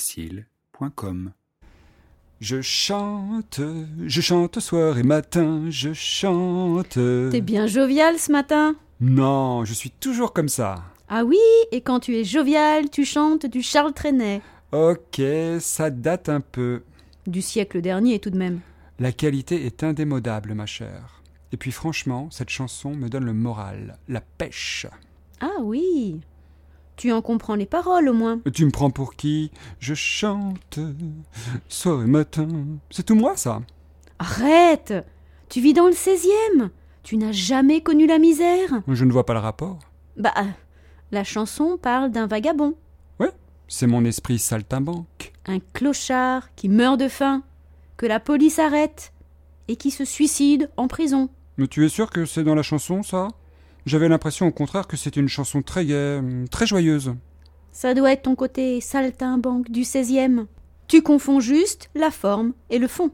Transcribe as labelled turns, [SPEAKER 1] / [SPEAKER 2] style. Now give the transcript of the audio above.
[SPEAKER 1] podcastfrancaisfacile.com
[SPEAKER 2] Je chante, je chante soir et matin, je chante.
[SPEAKER 3] T'es bien jovial ce matin
[SPEAKER 2] Non, je suis toujours comme ça.
[SPEAKER 3] Ah oui, et quand tu es jovial, tu chantes du Charles Trenet.
[SPEAKER 2] Ok, ça date un peu.
[SPEAKER 3] Du siècle dernier tout de même.
[SPEAKER 2] La qualité est indémodable, ma chère. Et puis franchement, cette chanson me donne le moral, la pêche.
[SPEAKER 3] Ah oui Tu en comprends les paroles au moins.
[SPEAKER 2] Tu me prends pour qui Je chante soir et matin. C'est tout moi ça
[SPEAKER 3] Arrête Tu vis dans le 16e Tu n'as jamais connu la misère
[SPEAKER 2] Je ne vois pas le rapport.
[SPEAKER 3] Bah, la chanson parle d'un vagabond,
[SPEAKER 2] C'est mon esprit saltimbanque.
[SPEAKER 3] un clochard qui meurt de faim, que la police arrête et qui se suicide en prison.
[SPEAKER 2] Mais tu es sûr que c'est dans la chanson ça J'avais l'impression au contraire que c'était une chanson très gaie, très joyeuse.
[SPEAKER 3] Ça doit être ton côté saltimbanque du 16e. Tu confonds juste la forme et le fond.